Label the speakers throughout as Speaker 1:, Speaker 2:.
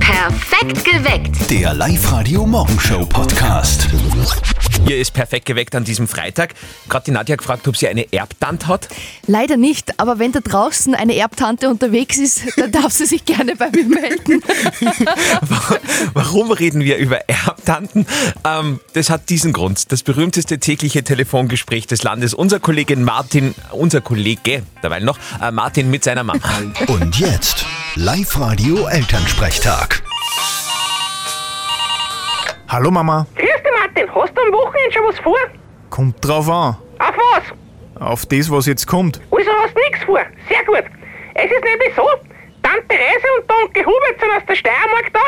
Speaker 1: Perfekt geweckt.
Speaker 2: Der Live-Radio-Morgenshow-Podcast.
Speaker 3: Ihr ist perfekt geweckt an diesem Freitag. Gerade die Nadja gefragt, ob sie eine Erbtant hat.
Speaker 4: Leider nicht, aber wenn da draußen eine Erbtante unterwegs ist, dann darf sie sich gerne bei mir melden.
Speaker 3: Warum reden wir über Erbtanten? Ähm, das hat diesen Grund. Das berühmteste tägliche Telefongespräch des Landes. Unser Kollegin Martin, unser Kollege, derweil noch, äh, Martin mit seiner Mama.
Speaker 2: Und jetzt Live-Radio Elternsprechtag.
Speaker 5: Hallo Mama,
Speaker 6: Grüß dich, Martin. Hast du am Wochenende schon was vor?
Speaker 5: kommt drauf an.
Speaker 6: Auf was?
Speaker 5: Auf das, was jetzt kommt.
Speaker 6: Also hast du nichts vor. Sehr gut. Es ist nämlich so, Tante Reise und der Onkel Hubert sind aus der Steiermark da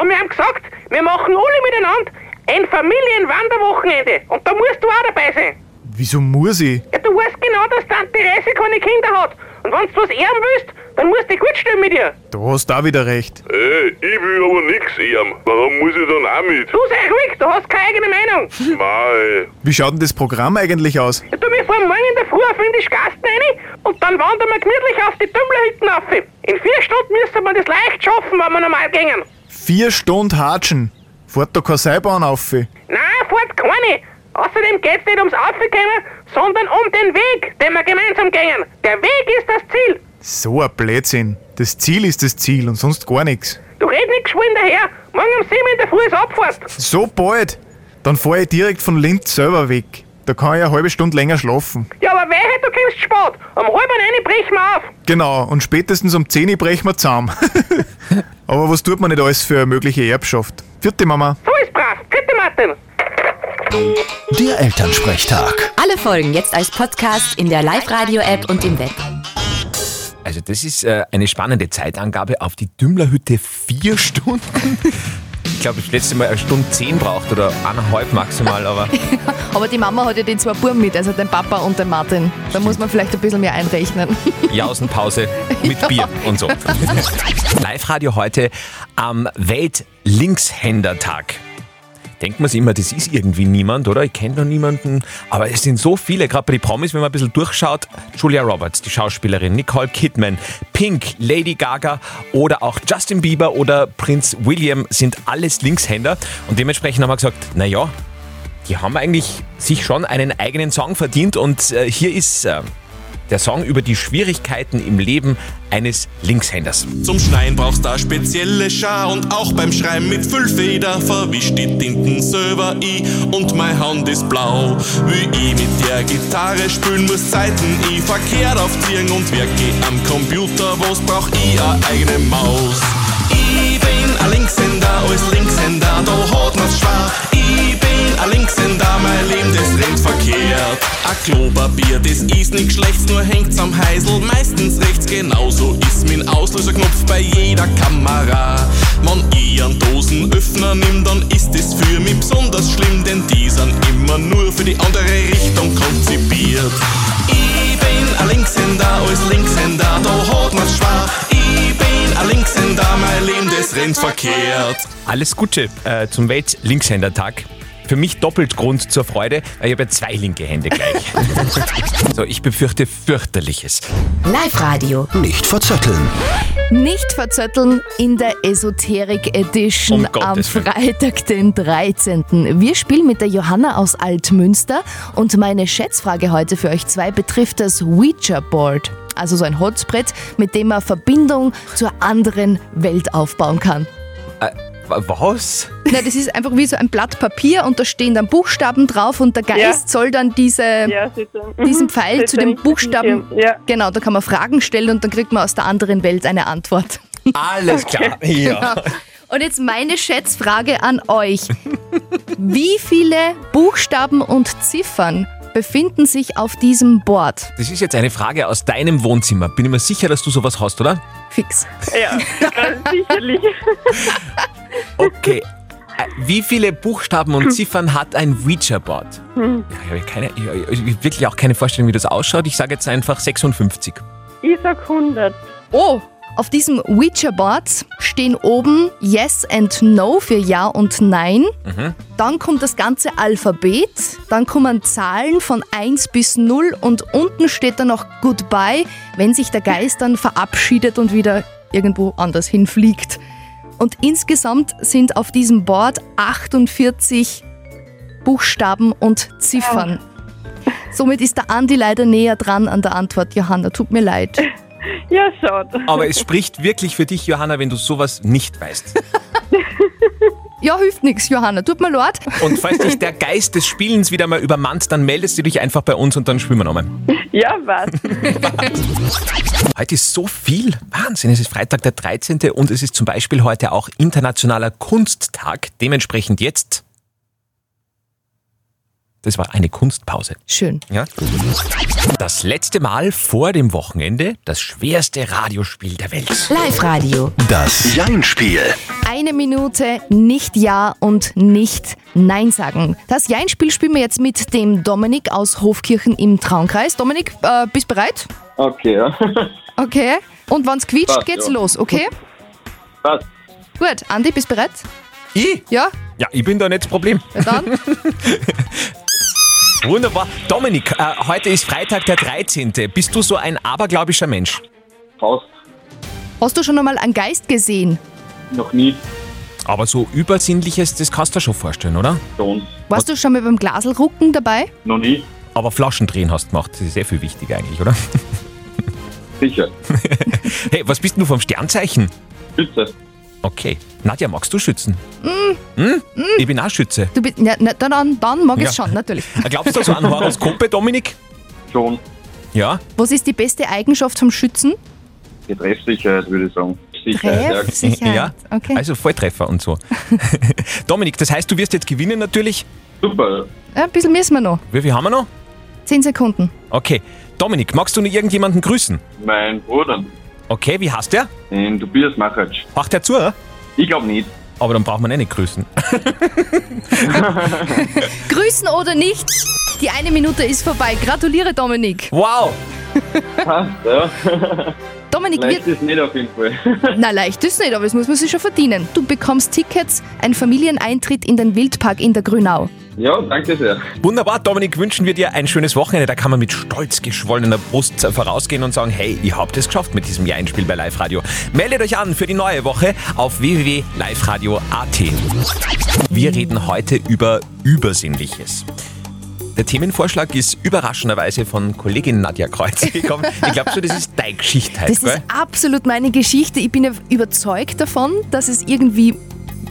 Speaker 6: und wir haben gesagt, wir machen alle miteinander ein Familienwanderwochenende. Und da musst du auch dabei sein.
Speaker 5: Wieso muss ich?
Speaker 6: Ja, du weißt genau, dass Tante Reise keine Kinder hat. Und wenn du was ehren willst, dann musst du dich gut stellen mit ihr.
Speaker 5: Du hast da wieder recht.
Speaker 7: Ey, ich will aber nix ehren. Warum muss ich dann auch mit?
Speaker 6: Du sei ruhig, du hast keine eigene Meinung.
Speaker 7: Mei.
Speaker 5: Wie schaut denn das Programm eigentlich aus?
Speaker 6: Ja, du, wir fahren morgen in der Früh auf in die Gasten rein und dann wandern wir gemütlich auf die Tümmlerhütten auf. In vier Stunden müssen wir das leicht schaffen, wenn wir normal gingen.
Speaker 5: Vier Stunden Hatschen. Fahrt da keine Seilbahn auf.
Speaker 6: Nein, fort keine. Außerdem geht's nicht ums Aufkommen, sondern um den Weg, den wir gemeinsam gehen. Der Weg ist das Ziel.
Speaker 5: So ein Blödsinn. Das Ziel ist das Ziel und sonst gar nichts.
Speaker 6: Du red nicht geschwind daher. Morgen um sieben in der Früh ist Abfahrt.
Speaker 5: So bald? Dann fahre ich direkt von Linz selber weg. Da kann ich eine halbe Stunde länger schlafen.
Speaker 6: Ja, aber wehe, du kommst spät. Um halb eine brechen wir auf.
Speaker 5: Genau, und spätestens um 10 Uhr brechen wir zusammen. Aber was tut man nicht alles für eine mögliche Erbschaft? Vierte Mama.
Speaker 6: So ist brav. Bitte, Martin.
Speaker 2: Der Elternsprechtag.
Speaker 8: Alle Folgen jetzt als Podcast in der Live-Radio-App und im Web.
Speaker 3: Also das ist äh, eine spannende Zeitangabe auf die Dümmlerhütte. Vier Stunden. Ich glaube, ich habe das letzte Mal eine Stunde zehn braucht oder eineinhalb maximal, aber
Speaker 4: Aber die Mama hat ja den zwei Buben mit, also den Papa und den Martin. Da muss man vielleicht ein bisschen mehr einrechnen.
Speaker 3: Jausenpause mit Bier und so. Live-Radio heute am Weltlinkshändertag. Denkt man sich immer, das ist irgendwie niemand, oder? Ich kenne da niemanden. Aber es sind so viele, gerade bei den Promis, wenn man ein bisschen durchschaut. Julia Roberts, die Schauspielerin, Nicole Kidman, Pink, Lady Gaga oder auch Justin Bieber oder Prinz William sind alles Linkshänder. Und dementsprechend haben wir gesagt, naja, die haben eigentlich sich schon einen eigenen Song verdient. Und äh, hier ist äh, der Song über die Schwierigkeiten im Leben eines Linkshänders.
Speaker 9: Zum Schneien brauchst da spezielle Schar und auch beim Schreiben mit Füllfeder verwischt die Tinten selber i und mein Hand ist blau. Wie ich mit der Gitarre spülen muss Seiten i verkehrt auf Tieren und werke am Computer, was brauch i a eigene Maus. Ich bin ein Linkshänder, als Linkshänder, da hat man's schwer. Ich bin ein Linkshänder, mein Leben, das rennt verkehrt. Ein Klopapier, das ist nicht schlecht, nur hängt's am Heisel, meistens rechts, genauso ist mein Auslöserknopf bei jeder Kamera. Wenn ich einen Dosenöffner nimm, dann ist es für mich besonders schlimm, denn die sind immer nur für die andere Richtung konzipiert. Ich bin ein Linkshänder, als Linkshänder, da hat man's schwer. Ich bin ein Linkshänder, mein Leben, das rennt verkehrt.
Speaker 3: Alles Gute äh, zum Welt-Linkshänder-Tag. Für mich doppelt Grund zur Freude, weil ich habe ja zwei linke Hände gleich. so, ich befürchte fürchterliches.
Speaker 8: Live-Radio.
Speaker 2: Nicht verzetteln.
Speaker 4: Nicht verzötteln in der Esoterik Edition
Speaker 3: Um
Speaker 4: am
Speaker 3: Gottes Willen.
Speaker 4: Freitag, den 13. Wir spielen mit der Johanna aus Altmünster und meine Schätzfrage heute für euch zwei betrifft das Ouija Board. Also so ein Holzbrett, mit dem man Verbindung zur anderen Welt aufbauen kann.
Speaker 3: Äh, wa- was?
Speaker 10: Na, das ist einfach wie so ein Blatt Papier und da stehen dann Buchstaben drauf und der Geist soll dann diese,
Speaker 6: Ja, Mhm. sicher.
Speaker 10: diesen Pfeil zu den Buchstaben.
Speaker 6: Ja.
Speaker 10: Genau, da kann man Fragen stellen und dann kriegt man aus der anderen Welt eine Antwort.
Speaker 3: Alles klar. Ja.
Speaker 10: Und jetzt meine Schätzfrage an euch. Wie viele Buchstaben und Ziffern befinden sich auf diesem Board?
Speaker 3: Das ist jetzt eine Frage aus deinem Wohnzimmer. Bin ich mir sicher, dass du sowas hast, oder?
Speaker 10: Fix.
Speaker 6: Ja, sicherlich.
Speaker 3: Okay. Äh, Wie viele Buchstaben und Ziffern hat ein Ouija-Board? Ja, ich habe keine, ich, ich, ich hab wirklich auch keine Vorstellung, wie das ausschaut. Ich sage jetzt einfach 56.
Speaker 6: Ich sag 100.
Speaker 10: Oh,
Speaker 4: Auf diesem Ouija-Board stehen oben Yes and No für Ja und Nein. Dann kommt das ganze Alphabet, dann kommen Zahlen von 1 bis 0 und unten steht dann noch Goodbye, wenn sich der Geist dann verabschiedet und wieder irgendwo anders hinfliegt.
Speaker 10: Und insgesamt sind auf diesem Board 48 Buchstaben und Ziffern. Somit ist der Andi leider näher dran an der Antwort, Johanna. Tut mir leid.
Speaker 1: Ja, schade.
Speaker 3: Aber es spricht wirklich für dich, Johanna, wenn du sowas nicht weißt.
Speaker 10: Ja, hilft nichts, Johanna. Tut mir leid.
Speaker 3: Und falls dich der Geist des Spielens wieder mal übermannt, dann meldest du dich einfach bei uns und dann spielen wir nochmal.
Speaker 1: Ja, was?
Speaker 3: Heute ist so viel. Wahnsinn. Es ist Freitag der 13. und es ist zum Beispiel heute auch Internationaler Kunsttag. Dementsprechend jetzt. Das war eine Kunstpause.
Speaker 10: Schön.
Speaker 3: Ja? Das letzte Mal vor dem Wochenende das schwerste Radiospiel der Welt.
Speaker 8: Live-Radio.
Speaker 2: Das Jein-Spiel.
Speaker 10: Eine Minute nicht Ja und nicht Nein sagen. Das Jein-Spiel spielen wir jetzt mit dem Dominik aus Hofkirchen im Traunkreis. Dominik, äh, bist bereit?
Speaker 11: Okay, ja.
Speaker 10: Okay. Und wenn's quietscht,
Speaker 11: Passt,
Speaker 10: geht's
Speaker 11: ja.
Speaker 10: los, okay?
Speaker 11: Passt.
Speaker 10: Gut, Andi, bist bereit?
Speaker 3: Ich?
Speaker 10: Ja?
Speaker 3: Ja, ich bin da nicht das Problem.
Speaker 10: Ja, dann.
Speaker 3: Wunderbar. Dominik, äh, heute ist Freitag der 13. Bist du so ein aberglaubischer Mensch?
Speaker 11: Faust.
Speaker 10: Hast du schon einmal einen Geist gesehen?
Speaker 11: Noch nie.
Speaker 3: Aber so Übersinnliches, das kannst du dir schon vorstellen, oder?
Speaker 11: Schon.
Speaker 10: Warst du schon mal beim Glaselrucken dabei?
Speaker 11: Noch nie.
Speaker 3: Aber Flaschen drehen hast du gemacht. Das ist sehr viel wichtiger eigentlich, oder?
Speaker 11: Sicher.
Speaker 3: Hey, was bist denn du vom Sternzeichen?
Speaker 11: Schütze.
Speaker 3: Okay. Nadja, magst du schützen? Hm? Ich bin auch Schütze.
Speaker 10: Du bist, na, na, dann, dann mag ich es
Speaker 3: Ja.
Speaker 10: schon, natürlich.
Speaker 3: Glaubst du so an Horoskope, Dominik?
Speaker 11: Schon.
Speaker 3: Ja.
Speaker 10: Was ist die beste Eigenschaft vom Schützen?
Speaker 11: Die Treffsicherheit, würde ich sagen. Sicherheit. ja.
Speaker 10: Treffsicherheit.
Speaker 3: Ja.
Speaker 10: Okay.
Speaker 3: Also Volltreffer und so. Dominik, das heißt, du wirst jetzt gewinnen natürlich.
Speaker 11: Super.
Speaker 10: Ja, ein bisschen müssen wir noch.
Speaker 3: Wie viel haben wir noch?
Speaker 10: Zehn Sekunden.
Speaker 3: Okay. Dominik, magst du nur irgendjemanden grüßen?
Speaker 11: Mein Bruder,
Speaker 3: Okay, wie heißt der?
Speaker 11: den Tobias Machatsch.
Speaker 3: Macht er zu?
Speaker 11: Ich glaube nicht.
Speaker 3: Aber dann braucht man eh nicht grüßen.
Speaker 10: Grüßen oder nicht? Die eine Minute ist vorbei. Gratuliere, Dominik.
Speaker 3: Wow!
Speaker 11: Passt, ja.
Speaker 10: Dominik
Speaker 11: Leicht
Speaker 10: wird.
Speaker 11: ist nicht auf jeden Fall.
Speaker 10: Na, leicht ist nicht, aber das muss man sich schon verdienen. Du bekommst Tickets, ein Familieneintritt in den Wildpark in der Grünau.
Speaker 11: ja, danke sehr.
Speaker 3: Wunderbar, Dominik, wünschen wir dir ein schönes Wochenende. Da kann man mit stolz geschwollener Brust vorausgehen und sagen, hey, ihr habt es geschafft mit diesem Jeinspiel bei Live Radio. Meldet euch an für die neue Woche auf www.liveradio.at. Wir reden heute über Übersinnliches. Der Themenvorschlag ist überraschenderweise von Kollegin Nadja Kreuz gekommen. Ich glaube schon, das ist deine Geschichte heute,
Speaker 10: Das ist
Speaker 3: gell?
Speaker 10: absolut meine Geschichte. Ich bin ja überzeugt davon, dass es irgendwie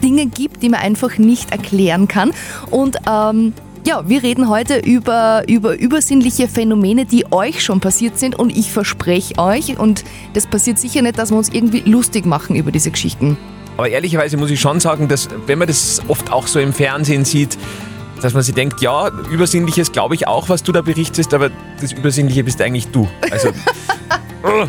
Speaker 10: Dinge gibt, die man einfach nicht erklären kann. Und ähm, ja, wir reden heute über, über übersinnliche Phänomene, die euch schon passiert sind. Und ich verspreche euch, und das passiert sicher nicht, dass wir uns irgendwie lustig machen über diese Geschichten.
Speaker 3: Aber ehrlicherweise muss ich schon sagen, dass wenn man das oft auch so im Fernsehen sieht, dass man sich denkt, ja, Übersinnliches glaube ich auch, was du da berichtest, aber das Übersinnliche bist eigentlich du. Also äh,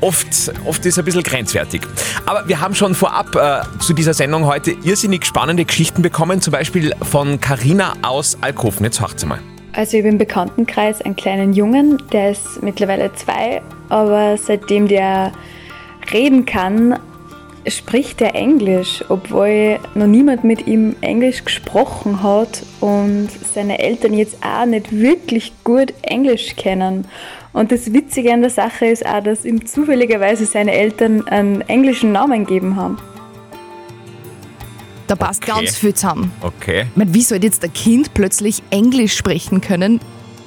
Speaker 3: oft, oft ist es ein bisschen grenzwertig. Aber wir haben schon vorab äh, zu dieser Sendung heute irrsinnig spannende Geschichten bekommen, zum Beispiel von Carina aus Alkoven. Jetzt hört sie mal.
Speaker 1: Also ich habe im Bekanntenkreis einen kleinen Jungen, der ist mittlerweile zwei, aber seitdem der reden kann, spricht er Englisch, obwohl noch niemand mit ihm Englisch gesprochen hat und seine Eltern jetzt auch nicht wirklich gut Englisch kennen. Und das Witzige an der Sache ist auch, dass ihm zufälligerweise seine Eltern einen englischen Namen gegeben haben.
Speaker 10: Da passt
Speaker 3: Okay.
Speaker 10: ganz viel zusammen.
Speaker 3: Okay.
Speaker 10: Ich meine, wie sollte jetzt ein Kind plötzlich Englisch sprechen können,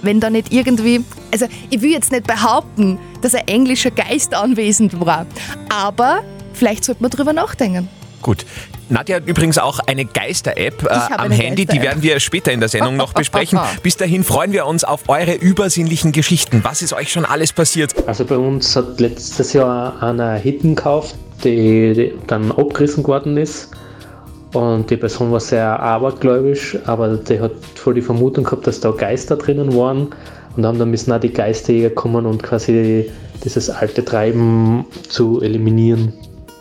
Speaker 10: wenn da nicht irgendwie. Also, ich will jetzt nicht behaupten, dass ein englischer Geist anwesend war, aber vielleicht sollte man drüber nachdenken.
Speaker 3: Gut. Nadja hat übrigens auch eine Geister-App äh,
Speaker 10: habe
Speaker 3: am
Speaker 10: eine
Speaker 3: Handy, die
Speaker 10: Geister-App.
Speaker 3: werden wir später in der Sendung noch besprechen. Bis dahin freuen wir uns auf eure übersinnlichen Geschichten. Was ist euch schon alles passiert?
Speaker 11: Also bei uns hat letztes Jahr einer Hitten gekauft, die, die dann abgerissen geworden ist. Und die Person war sehr abergläubisch, aber die hat voll die Vermutung gehabt, dass da Geister drinnen waren. Und haben dann müssen auch die Geisterjäger kommen und quasi dieses alte Treiben zu eliminieren.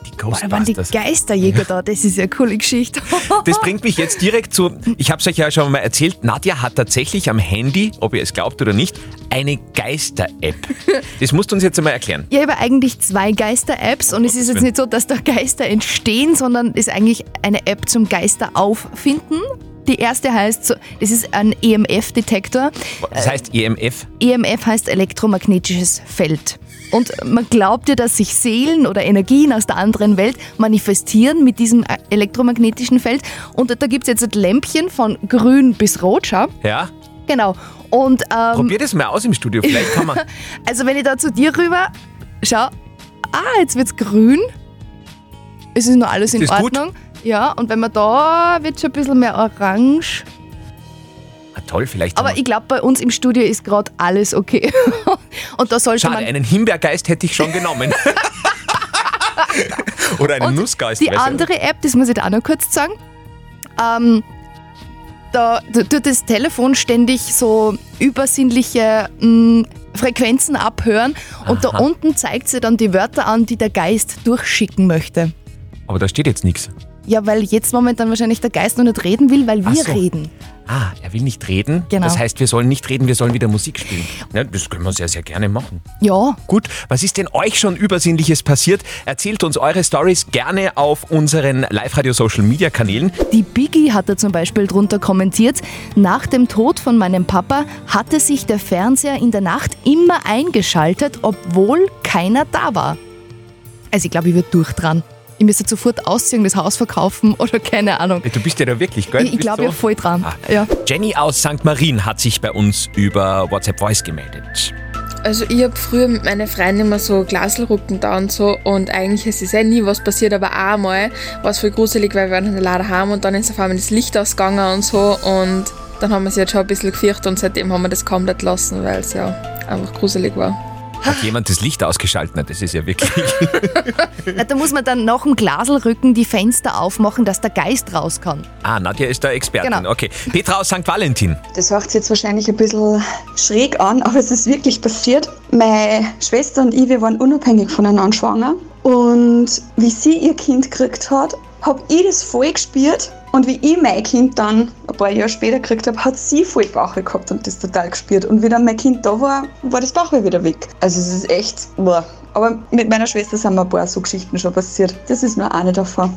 Speaker 3: Die
Speaker 10: Da waren die Geisterjäger da, das ist ja eine coole Geschichte.
Speaker 3: Das bringt mich jetzt direkt zu, ich habe es euch ja schon mal erzählt, Nadja hat tatsächlich am Handy, ob ihr es glaubt oder nicht, eine Geister-App. Das musst du uns jetzt einmal erklären.
Speaker 10: Ja, ich habe eigentlich zwei Geister-Apps und es ist jetzt
Speaker 3: Willen.
Speaker 10: nicht so, dass da Geister entstehen, sondern ist eigentlich eine App zum Geister auffinden. Die erste heißt, so- es ist ein E EMF-Detektor.
Speaker 3: Das heißt E EMF.
Speaker 10: E EMF heißt elektromagnetisches Feld. Und man glaubt ja, dass sich Seelen oder Energien aus der anderen Welt manifestieren mit diesem äh, elektromagnetischen Feld. Und da gibt es jetzt Lämpchen von grün bis rot, schau.
Speaker 3: Ja.
Speaker 10: Genau. Und, ähm,
Speaker 3: Probier das mal aus im Studio, vielleicht kann man.
Speaker 10: also wenn ich da zu dir rüber schau, ah, jetzt wird's grün. Es ist noch alles
Speaker 3: Ist
Speaker 10: in
Speaker 3: das gut?
Speaker 10: Ordnung. Ja, und wenn man da wird schon ein bisschen mehr orange.
Speaker 3: Ah, toll, vielleicht.
Speaker 10: Aber ich glaube, bei uns im Studio ist gerade alles okay. Und da sollte
Speaker 3: Schade,
Speaker 10: man.
Speaker 3: einen Himbeergeist hätte ich schon genommen. Oder einen Nussgeist.
Speaker 10: Die
Speaker 3: weißt du.
Speaker 10: andere App, das muss ich da auch noch kurz sagen, ähm, da da tut das Telefon ständig so übersinnliche mh, Frequenzen abhören und da
Speaker 3: Aha.
Speaker 10: unten zeigt sie dann die Wörter an, die der Geist durchschicken möchte.
Speaker 3: Aber da steht jetzt nichts.
Speaker 10: Ja, weil jetzt momentan wahrscheinlich der Geist noch nicht reden will, weil
Speaker 3: Ach
Speaker 10: wir
Speaker 3: so.
Speaker 10: reden.
Speaker 3: Ah, er will nicht reden.
Speaker 10: Genau.
Speaker 3: Das heißt, wir sollen nicht reden, wir sollen wieder Musik spielen. Ja, das können wir sehr, sehr gerne machen.
Speaker 10: Ja.
Speaker 3: Gut, was ist denn euch schon Übersinnliches passiert? Erzählt uns eure Stories gerne auf unseren Live-Radio-Social-Media-Kanälen.
Speaker 10: Die Biggie hat da zum Beispiel drunter kommentiert, nach dem Tod von meinem Papa hatte sich der Fernseher in der Nacht immer eingeschaltet, obwohl keiner da war. Also ich glaube, ich würde durch dran. Ich müsste sofort ausziehen, das Haus verkaufen oder keine Ahnung.
Speaker 3: Du bist ja da wirklich, gell?
Speaker 10: Ich, ich
Speaker 3: Bist
Speaker 10: glaube,
Speaker 3: so-
Speaker 10: ja voll dran.
Speaker 3: Ah.
Speaker 10: Ja.
Speaker 3: Jenny aus St. Marien hat sich bei uns über WhatsApp Voice gemeldet.
Speaker 12: Also ich habe früher mit meinen Freunden immer so Glaselrücken da und so und eigentlich ist es eh nie was passiert, aber auch einmal war es voll gruselig, weil wir waren halt leider heim und dann ist auf einmal das Licht ausgegangen und so und dann haben wir sich jetzt schon ein bisschen gefürchtet und seitdem haben wir das komplett lassen, weil es ja einfach gruselig war.
Speaker 3: Hat jemand das Licht ausgeschaltet? Na, das ist ja wirklich.
Speaker 10: Na, Äh, Da muss man dann nach dem Glaselrücken die Fenster aufmachen, dass der Geist raus kann.
Speaker 3: Ah, Nadja ist da Expertin.
Speaker 10: Genau.
Speaker 3: Okay. Petra aus St. Valentin.
Speaker 13: Das hört sich jetzt wahrscheinlich ein bisschen schräg an, aber es ist wirklich passiert. Meine Schwester und ich, wir waren unabhängig voneinander schwanger. Und wie sie ihr Kind gekriegt hat, habe ich das voll gespürt. Und wie ich mein Kind dann ein paar Jahre später gekriegt habe, hat sie voll Bauchweh gehabt und das total gespürt. Und wie dann mein Kind da war, war das Bauchweh wieder weg. Also es ist echt, boah. Aber mit meiner Schwester sind mir ein paar so Geschichten schon passiert. Das ist nur eine davon.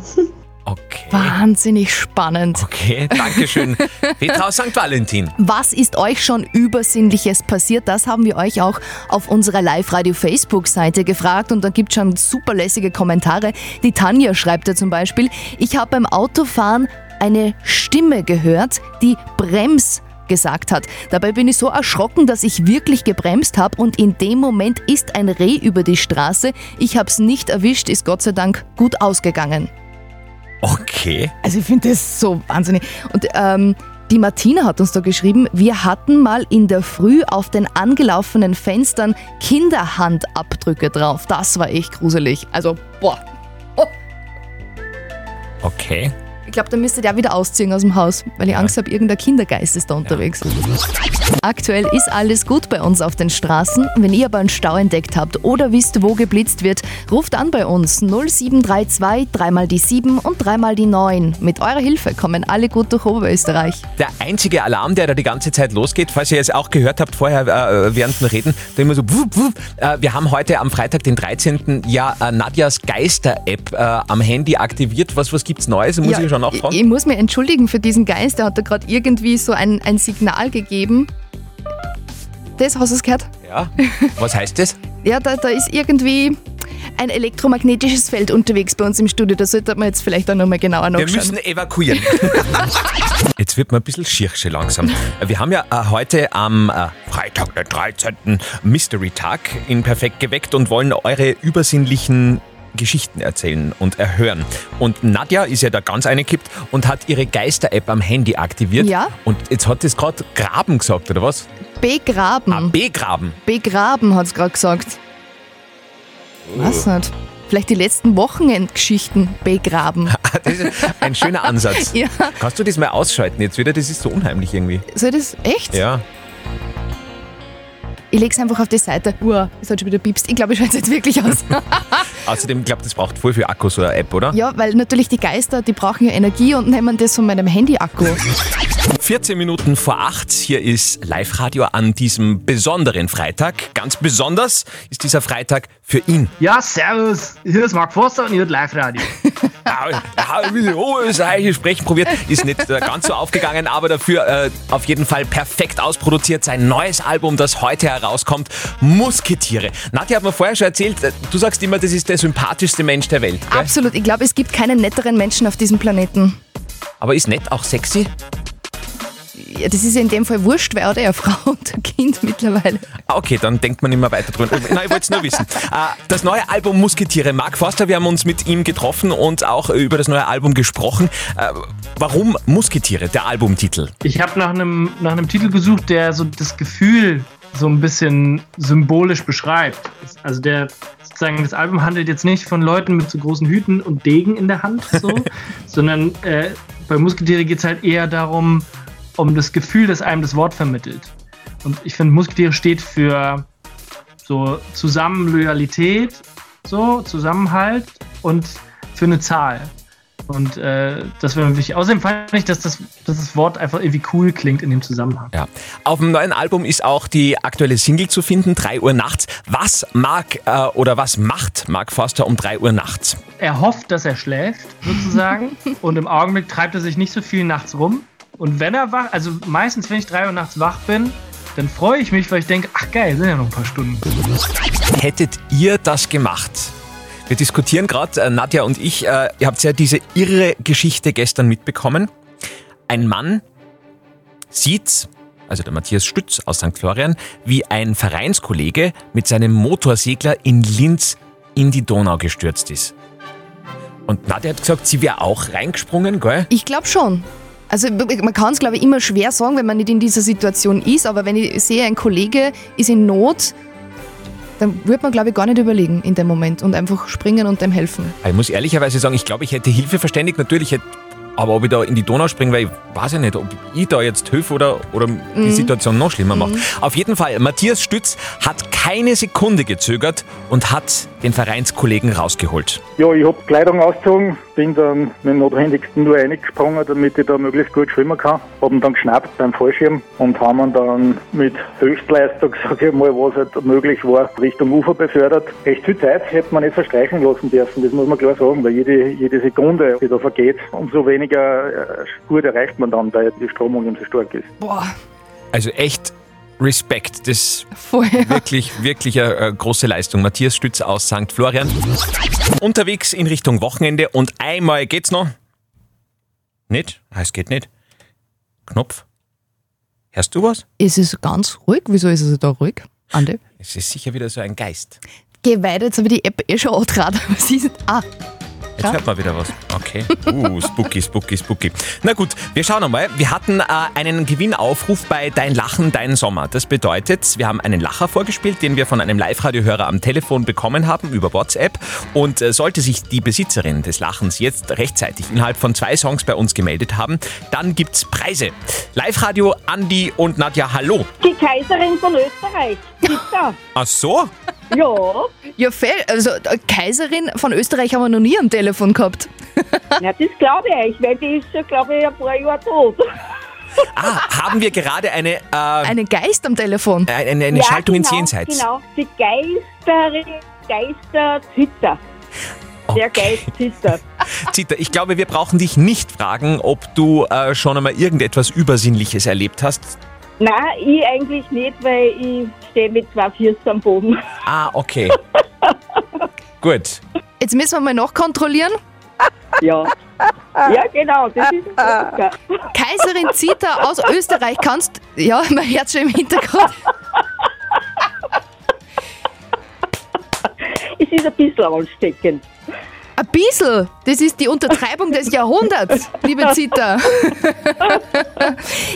Speaker 10: Wahnsinnig spannend.
Speaker 3: Okay, Dankeschön. Petra aus St. Valentin.
Speaker 10: Was ist euch schon Übersinnliches passiert? Das haben wir euch auch auf unserer Live-Radio-Facebook-Seite gefragt und da gibt es schon super lässige Kommentare. Die Tanja schreibt da zum Beispiel, ich habe beim Autofahren eine Stimme gehört, die Brems gesagt hat. Dabei bin ich so erschrocken, dass ich wirklich gebremst habe und in dem Moment ist ein Reh über die Straße. Ich habe es nicht erwischt, ist Gott sei Dank gut ausgegangen.
Speaker 3: Okay.
Speaker 10: Also ich finde das so wahnsinnig. Und ähm, die Martina hat uns da geschrieben, wir hatten mal in der Früh auf den angelaufenen Fenstern Kinderhandabdrücke drauf. Das war echt gruselig. Also, boah.
Speaker 3: Okay.
Speaker 10: Ich glaube, da müsstet ihr auch wieder ausziehen aus dem Haus, weil ich Angst habe, irgendein Kindergeist ist da unterwegs. Aktuell ist alles gut bei uns auf den Straßen. Wenn ihr aber einen Stau entdeckt habt oder wisst, wo geblitzt wird, ruft an bei uns 0732 dreimal die 7 und dreimal die 9. Mit eurer Hilfe kommen alle gut durch Oberösterreich.
Speaker 3: Der einzige Alarm, der da die ganze Zeit losgeht, falls ihr es auch gehört habt vorher äh, während dem Reden, da immer so wup, wup. Äh, wir haben heute am Freitag, den 13. ja äh, Nadjas Geister-App äh, am Handy aktiviert. Was, was gibt's Neues? Muss ich schon
Speaker 10: Ich,
Speaker 3: nachfragen?
Speaker 10: ich muss mich entschuldigen für diesen Geist, der hat da gerade irgendwie so ein, ein Signal gegeben. Das hast du es gehört?
Speaker 3: Ja. Was heißt das?
Speaker 10: Ja, da, da ist irgendwie ein elektromagnetisches Feld unterwegs bei uns im Studio. Da sollte man jetzt vielleicht auch nochmal genauer
Speaker 3: Wir
Speaker 10: nachschauen.
Speaker 3: müssen evakuieren. Jetzt wird man ein bisschen schirsche langsam. Wir haben ja äh, heute am äh, Freitag, den 13. Mystery-Tag in Perfekt geweckt und wollen eure übersinnlichen Geschichten erzählen und erhören. Und Nadja ist ja da ganz eingekippt und hat ihre Geister-App am Handy aktiviert.
Speaker 10: Ja.
Speaker 3: Und jetzt hat es gerade Graben gesagt, oder was? Ah,
Speaker 10: Begraben.
Speaker 3: Begraben.
Speaker 10: Begraben, hat es gerade gesagt.
Speaker 3: Oh.
Speaker 10: Weiß nicht. Vielleicht die letzten Wochenendgeschichten begraben.
Speaker 3: Das ist ein schöner Ansatz.
Speaker 10: Ja.
Speaker 3: Kannst du das mal ausschalten jetzt wieder? Das ist so unheimlich irgendwie.
Speaker 10: Soll das echt?
Speaker 3: Ja.
Speaker 10: Ich leg's einfach auf die Seite. Uah, es hat schon wieder piepst. Ich glaube, ich schalte jetzt wirklich aus.
Speaker 3: Außerdem, glaube das braucht voll viel Akku, so eine App, oder?
Speaker 10: Ja, weil natürlich die Geister, die brauchen ja Energie und nehmen das von meinem Handy-Akku.
Speaker 3: 14 Minuten vor 8, hier ist Live-Radio an diesem besonderen Freitag. Ganz besonders ist dieser Freitag für ihn.
Speaker 14: Ja, servus. Hier ist Marc Forster und ihr hört Live-Radio.
Speaker 3: Habe Ah, ein bisschen oberösterreichisch sprechen probiert, ist nicht äh, ganz so aufgegangen, aber dafür äh, auf jeden Fall perfekt ausproduziert. Sein neues Album, das heute herauskommt, Musketiere. Nadja hat mir vorher schon erzählt, äh, du sagst immer, das ist der sympathischste Mensch der Welt. Gell?
Speaker 10: Absolut, ich glaube, es gibt keinen netteren Menschen auf diesem Planeten.
Speaker 3: Aber ist nett auch sexy?
Speaker 10: Ja, das ist ja in dem Fall wurscht, weil er ja Frau und ein Kind mittlerweile.
Speaker 3: Ah, Okay, dann denkt man immer weiter drüber. Nein, ich wollte es nur wissen. Äh, Das neue Album Musketiere. Marc Forster, wir haben uns mit ihm getroffen und auch über das neue Album gesprochen. Äh, Warum Musketiere, der Albumtitel?
Speaker 14: Ich habe nach einem, nach einem Titel gesucht, der so das Gefühl so ein bisschen symbolisch beschreibt. Also der sozusagen das Album handelt jetzt nicht von Leuten mit so großen Hüten und Degen in der Hand, so, sondern äh, bei Musketiere geht es halt eher darum, um das Gefühl, das einem das Wort vermittelt. Und ich finde, Musketiere steht für so zusammen Loyalität, so Zusammenhalt und für eine Zahl. Und äh, das wäre mir wichtig. Außerdem fand ich, dass das, dass das Wort einfach irgendwie cool klingt in dem Zusammenhang.
Speaker 3: Ja. Auf dem neuen Album ist auch die aktuelle Single zu finden, 3 Uhr nachts. Was mag äh, oder was macht Marc Forster um 3 Uhr nachts?
Speaker 14: Er hofft, dass er schläft, sozusagen. und im Augenblick treibt er sich nicht so viel nachts rum. Und wenn er wach, also meistens, wenn ich drei Uhr nachts wach bin, dann freue ich mich, weil ich denke, ach geil, sind ja noch ein paar Stunden.
Speaker 3: Hättet ihr das gemacht? Wir diskutieren gerade, äh, Nadja und ich, äh, ihr habt ja diese irre Geschichte gestern mitbekommen. Ein Mann sieht, also der Matthias Stütz aus St. Florian, wie ein Vereinskollege mit seinem Motorsegler in Linz in die Donau gestürzt ist. Und Nadja hat gesagt, sie wäre auch reingesprungen, gell?
Speaker 10: Ich glaube schon. Also man kann es, glaube ich, immer schwer sagen, wenn man nicht in dieser Situation ist, aber wenn ich sehe, ein Kollege ist in Not, dann würde man, glaube ich, gar nicht überlegen in dem Moment und einfach springen und dem helfen.
Speaker 3: Ich muss ehrlicherweise sagen, ich glaube, ich hätte Hilfe verständigt. Natürlich hätte. Aber ob ich da in die Donau springe, weil ich weiß ja nicht, ob ich da jetzt helfe oder, oder die
Speaker 15: Mhm.
Speaker 3: Situation noch schlimmer macht.
Speaker 15: Mhm.
Speaker 3: Auf jeden Fall, Matthias Stütz hat keine Sekunde gezögert und hat den Vereinskollegen rausgeholt.
Speaker 16: Ja, ich hab Kleidung ausgezogen, bin dann mit dem Notwendigsten nur reingesprungen, damit ich da möglichst gut schwimmen kann. Hab ihn dann geschnappt beim Fallschirm und haben ihn dann mit Höchstleistung, sag ich mal, was halt möglich war, Richtung Ufer befördert. Echt viel Zeit hätte man nicht verstreichen lassen dürfen, das muss man klar sagen, weil jede, jede Sekunde, die da vergeht, umso weniger äh, gut erreicht man dann, weil die Stromung eben so stark ist.
Speaker 10: Boah,
Speaker 3: Also echt Respekt. Das
Speaker 10: vorher.
Speaker 3: Wirklich, wirklich eine äh, große Leistung. Matthias Stütz aus St. Florian. Unterwegs in Richtung Wochenende und einmal geht's noch. Nicht? Ah, Es geht nicht. Knopf. Hörst du was?
Speaker 10: Es ist ganz ruhig. Wieso ist es da ruhig, Andi?
Speaker 3: Es ist sicher wieder so ein Geist.
Speaker 10: Geh weiter, jetzt habe ich die App eh schon angetragen. Was ist denn? Ah,
Speaker 3: Jetzt hört man wieder was. Okay. Uh, spooky, spooky, spooky. Na gut, wir schauen einmal. Wir hatten äh, einen Gewinnaufruf bei Dein Lachen, Dein Sommer. Das bedeutet, wir haben einen Lacher vorgespielt, den wir von einem Live-Radio-Hörer am Telefon bekommen haben über WhatsApp. Und äh, sollte sich die Besitzerin des Lachens jetzt rechtzeitig innerhalb von zwei Songs bei uns gemeldet haben, dann gibt's Preise. Live-Radio, Andi und Nadja, hallo.
Speaker 17: Die Kaiserin von Österreich. Bitte.
Speaker 3: Ach so?
Speaker 17: Ja.
Speaker 10: ja, fair. Also, äh, Kaiserin von Österreich haben wir noch nie am Telefon gehabt.
Speaker 17: Na, das glaube ich, euch, weil die ist schon, glaube ich, ein paar Jahre tot.
Speaker 3: Ah, haben wir gerade eine... Äh, einen
Speaker 10: Geist am Telefon.
Speaker 3: Eine, eine,
Speaker 17: Ja,
Speaker 3: Schaltung ins
Speaker 17: genau,
Speaker 3: Jenseits.
Speaker 17: Genau, die Geisterin, Geisterzitter. Der Geist zittert.
Speaker 3: Zita, ich glaube, wir brauchen dich nicht fragen, ob du äh, schon einmal irgendetwas Übersinnliches erlebt hast.
Speaker 17: Nein, ich eigentlich nicht, weil ich stehe mit zwei Füßen am Boden.
Speaker 3: Ah, okay. Gut.
Speaker 10: Jetzt müssen wir mal nachkontrollieren.
Speaker 17: Ja. Ja, genau, das ist ein Klassiker.
Speaker 10: Kaiserin Zita aus Österreich kannst. Ja, mein Herz schon im Hintergrund.
Speaker 17: Es ist ein bisschen ansteckend.
Speaker 10: Ein bisschen? Das ist die Untertreibung des Jahrhunderts, liebe Zita.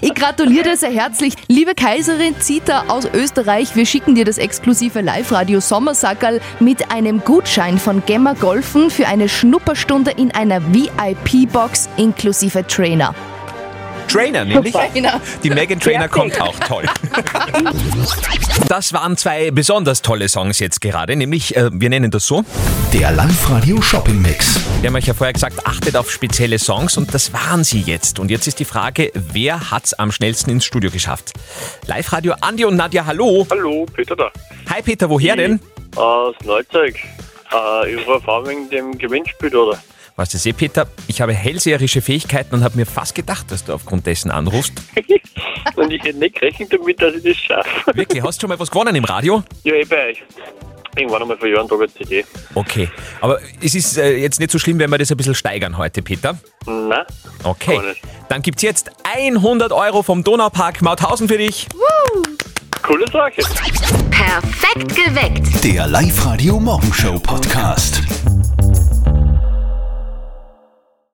Speaker 10: Ich gratuliere dir sehr herzlich. Liebe Kaiserin Zita aus Österreich, wir schicken dir das exklusive Live-Radio Sommersackerl mit einem Gutschein von Gemma Golfen für eine Schnupperstunde in einer VIP-Box inklusive Trainer.
Speaker 3: Trainer, nämlich.
Speaker 10: Trainer.
Speaker 3: Die Megan Trainer kommt auch toll. Das waren zwei besonders tolle Songs jetzt gerade, nämlich, äh, wir nennen das so.
Speaker 2: Der Live-Radio Shopping Mix.
Speaker 3: Wir haben euch ja vorher gesagt, achtet auf spezielle Songs und das waren sie jetzt. Und jetzt ist die Frage, wer hat's am schnellsten ins Studio geschafft? Live-Radio Andi und Nadja, hallo.
Speaker 14: Hallo, Peter da.
Speaker 3: Hi Peter, woher denn?
Speaker 14: Aus Neuzeug. Äh, ich war vor allem wegen dem Gewinnspiel, oder?
Speaker 3: Weißt du, eh, Peter, ich habe hellseherische Fähigkeiten und habe mir fast gedacht, dass du aufgrund dessen anrufst.
Speaker 14: Und ich hätte nicht gerechnet damit, dass ich das schaffe.
Speaker 3: Wirklich, hast du schon mal was gewonnen im Radio?
Speaker 14: Ja, eh bei euch. Irgendwann einmal vor Jahren da wird CD.
Speaker 3: Okay, aber es ist äh, jetzt nicht so schlimm, wenn wir das ein bisschen steigern heute, Peter.
Speaker 14: Na,
Speaker 3: Okay, dann gibt's jetzt 100 Euro vom Donaupark Mauthausen für dich.
Speaker 14: Coole Sache.
Speaker 8: Perfekt geweckt.
Speaker 2: Der Live-Radio Morgenshow Podcast.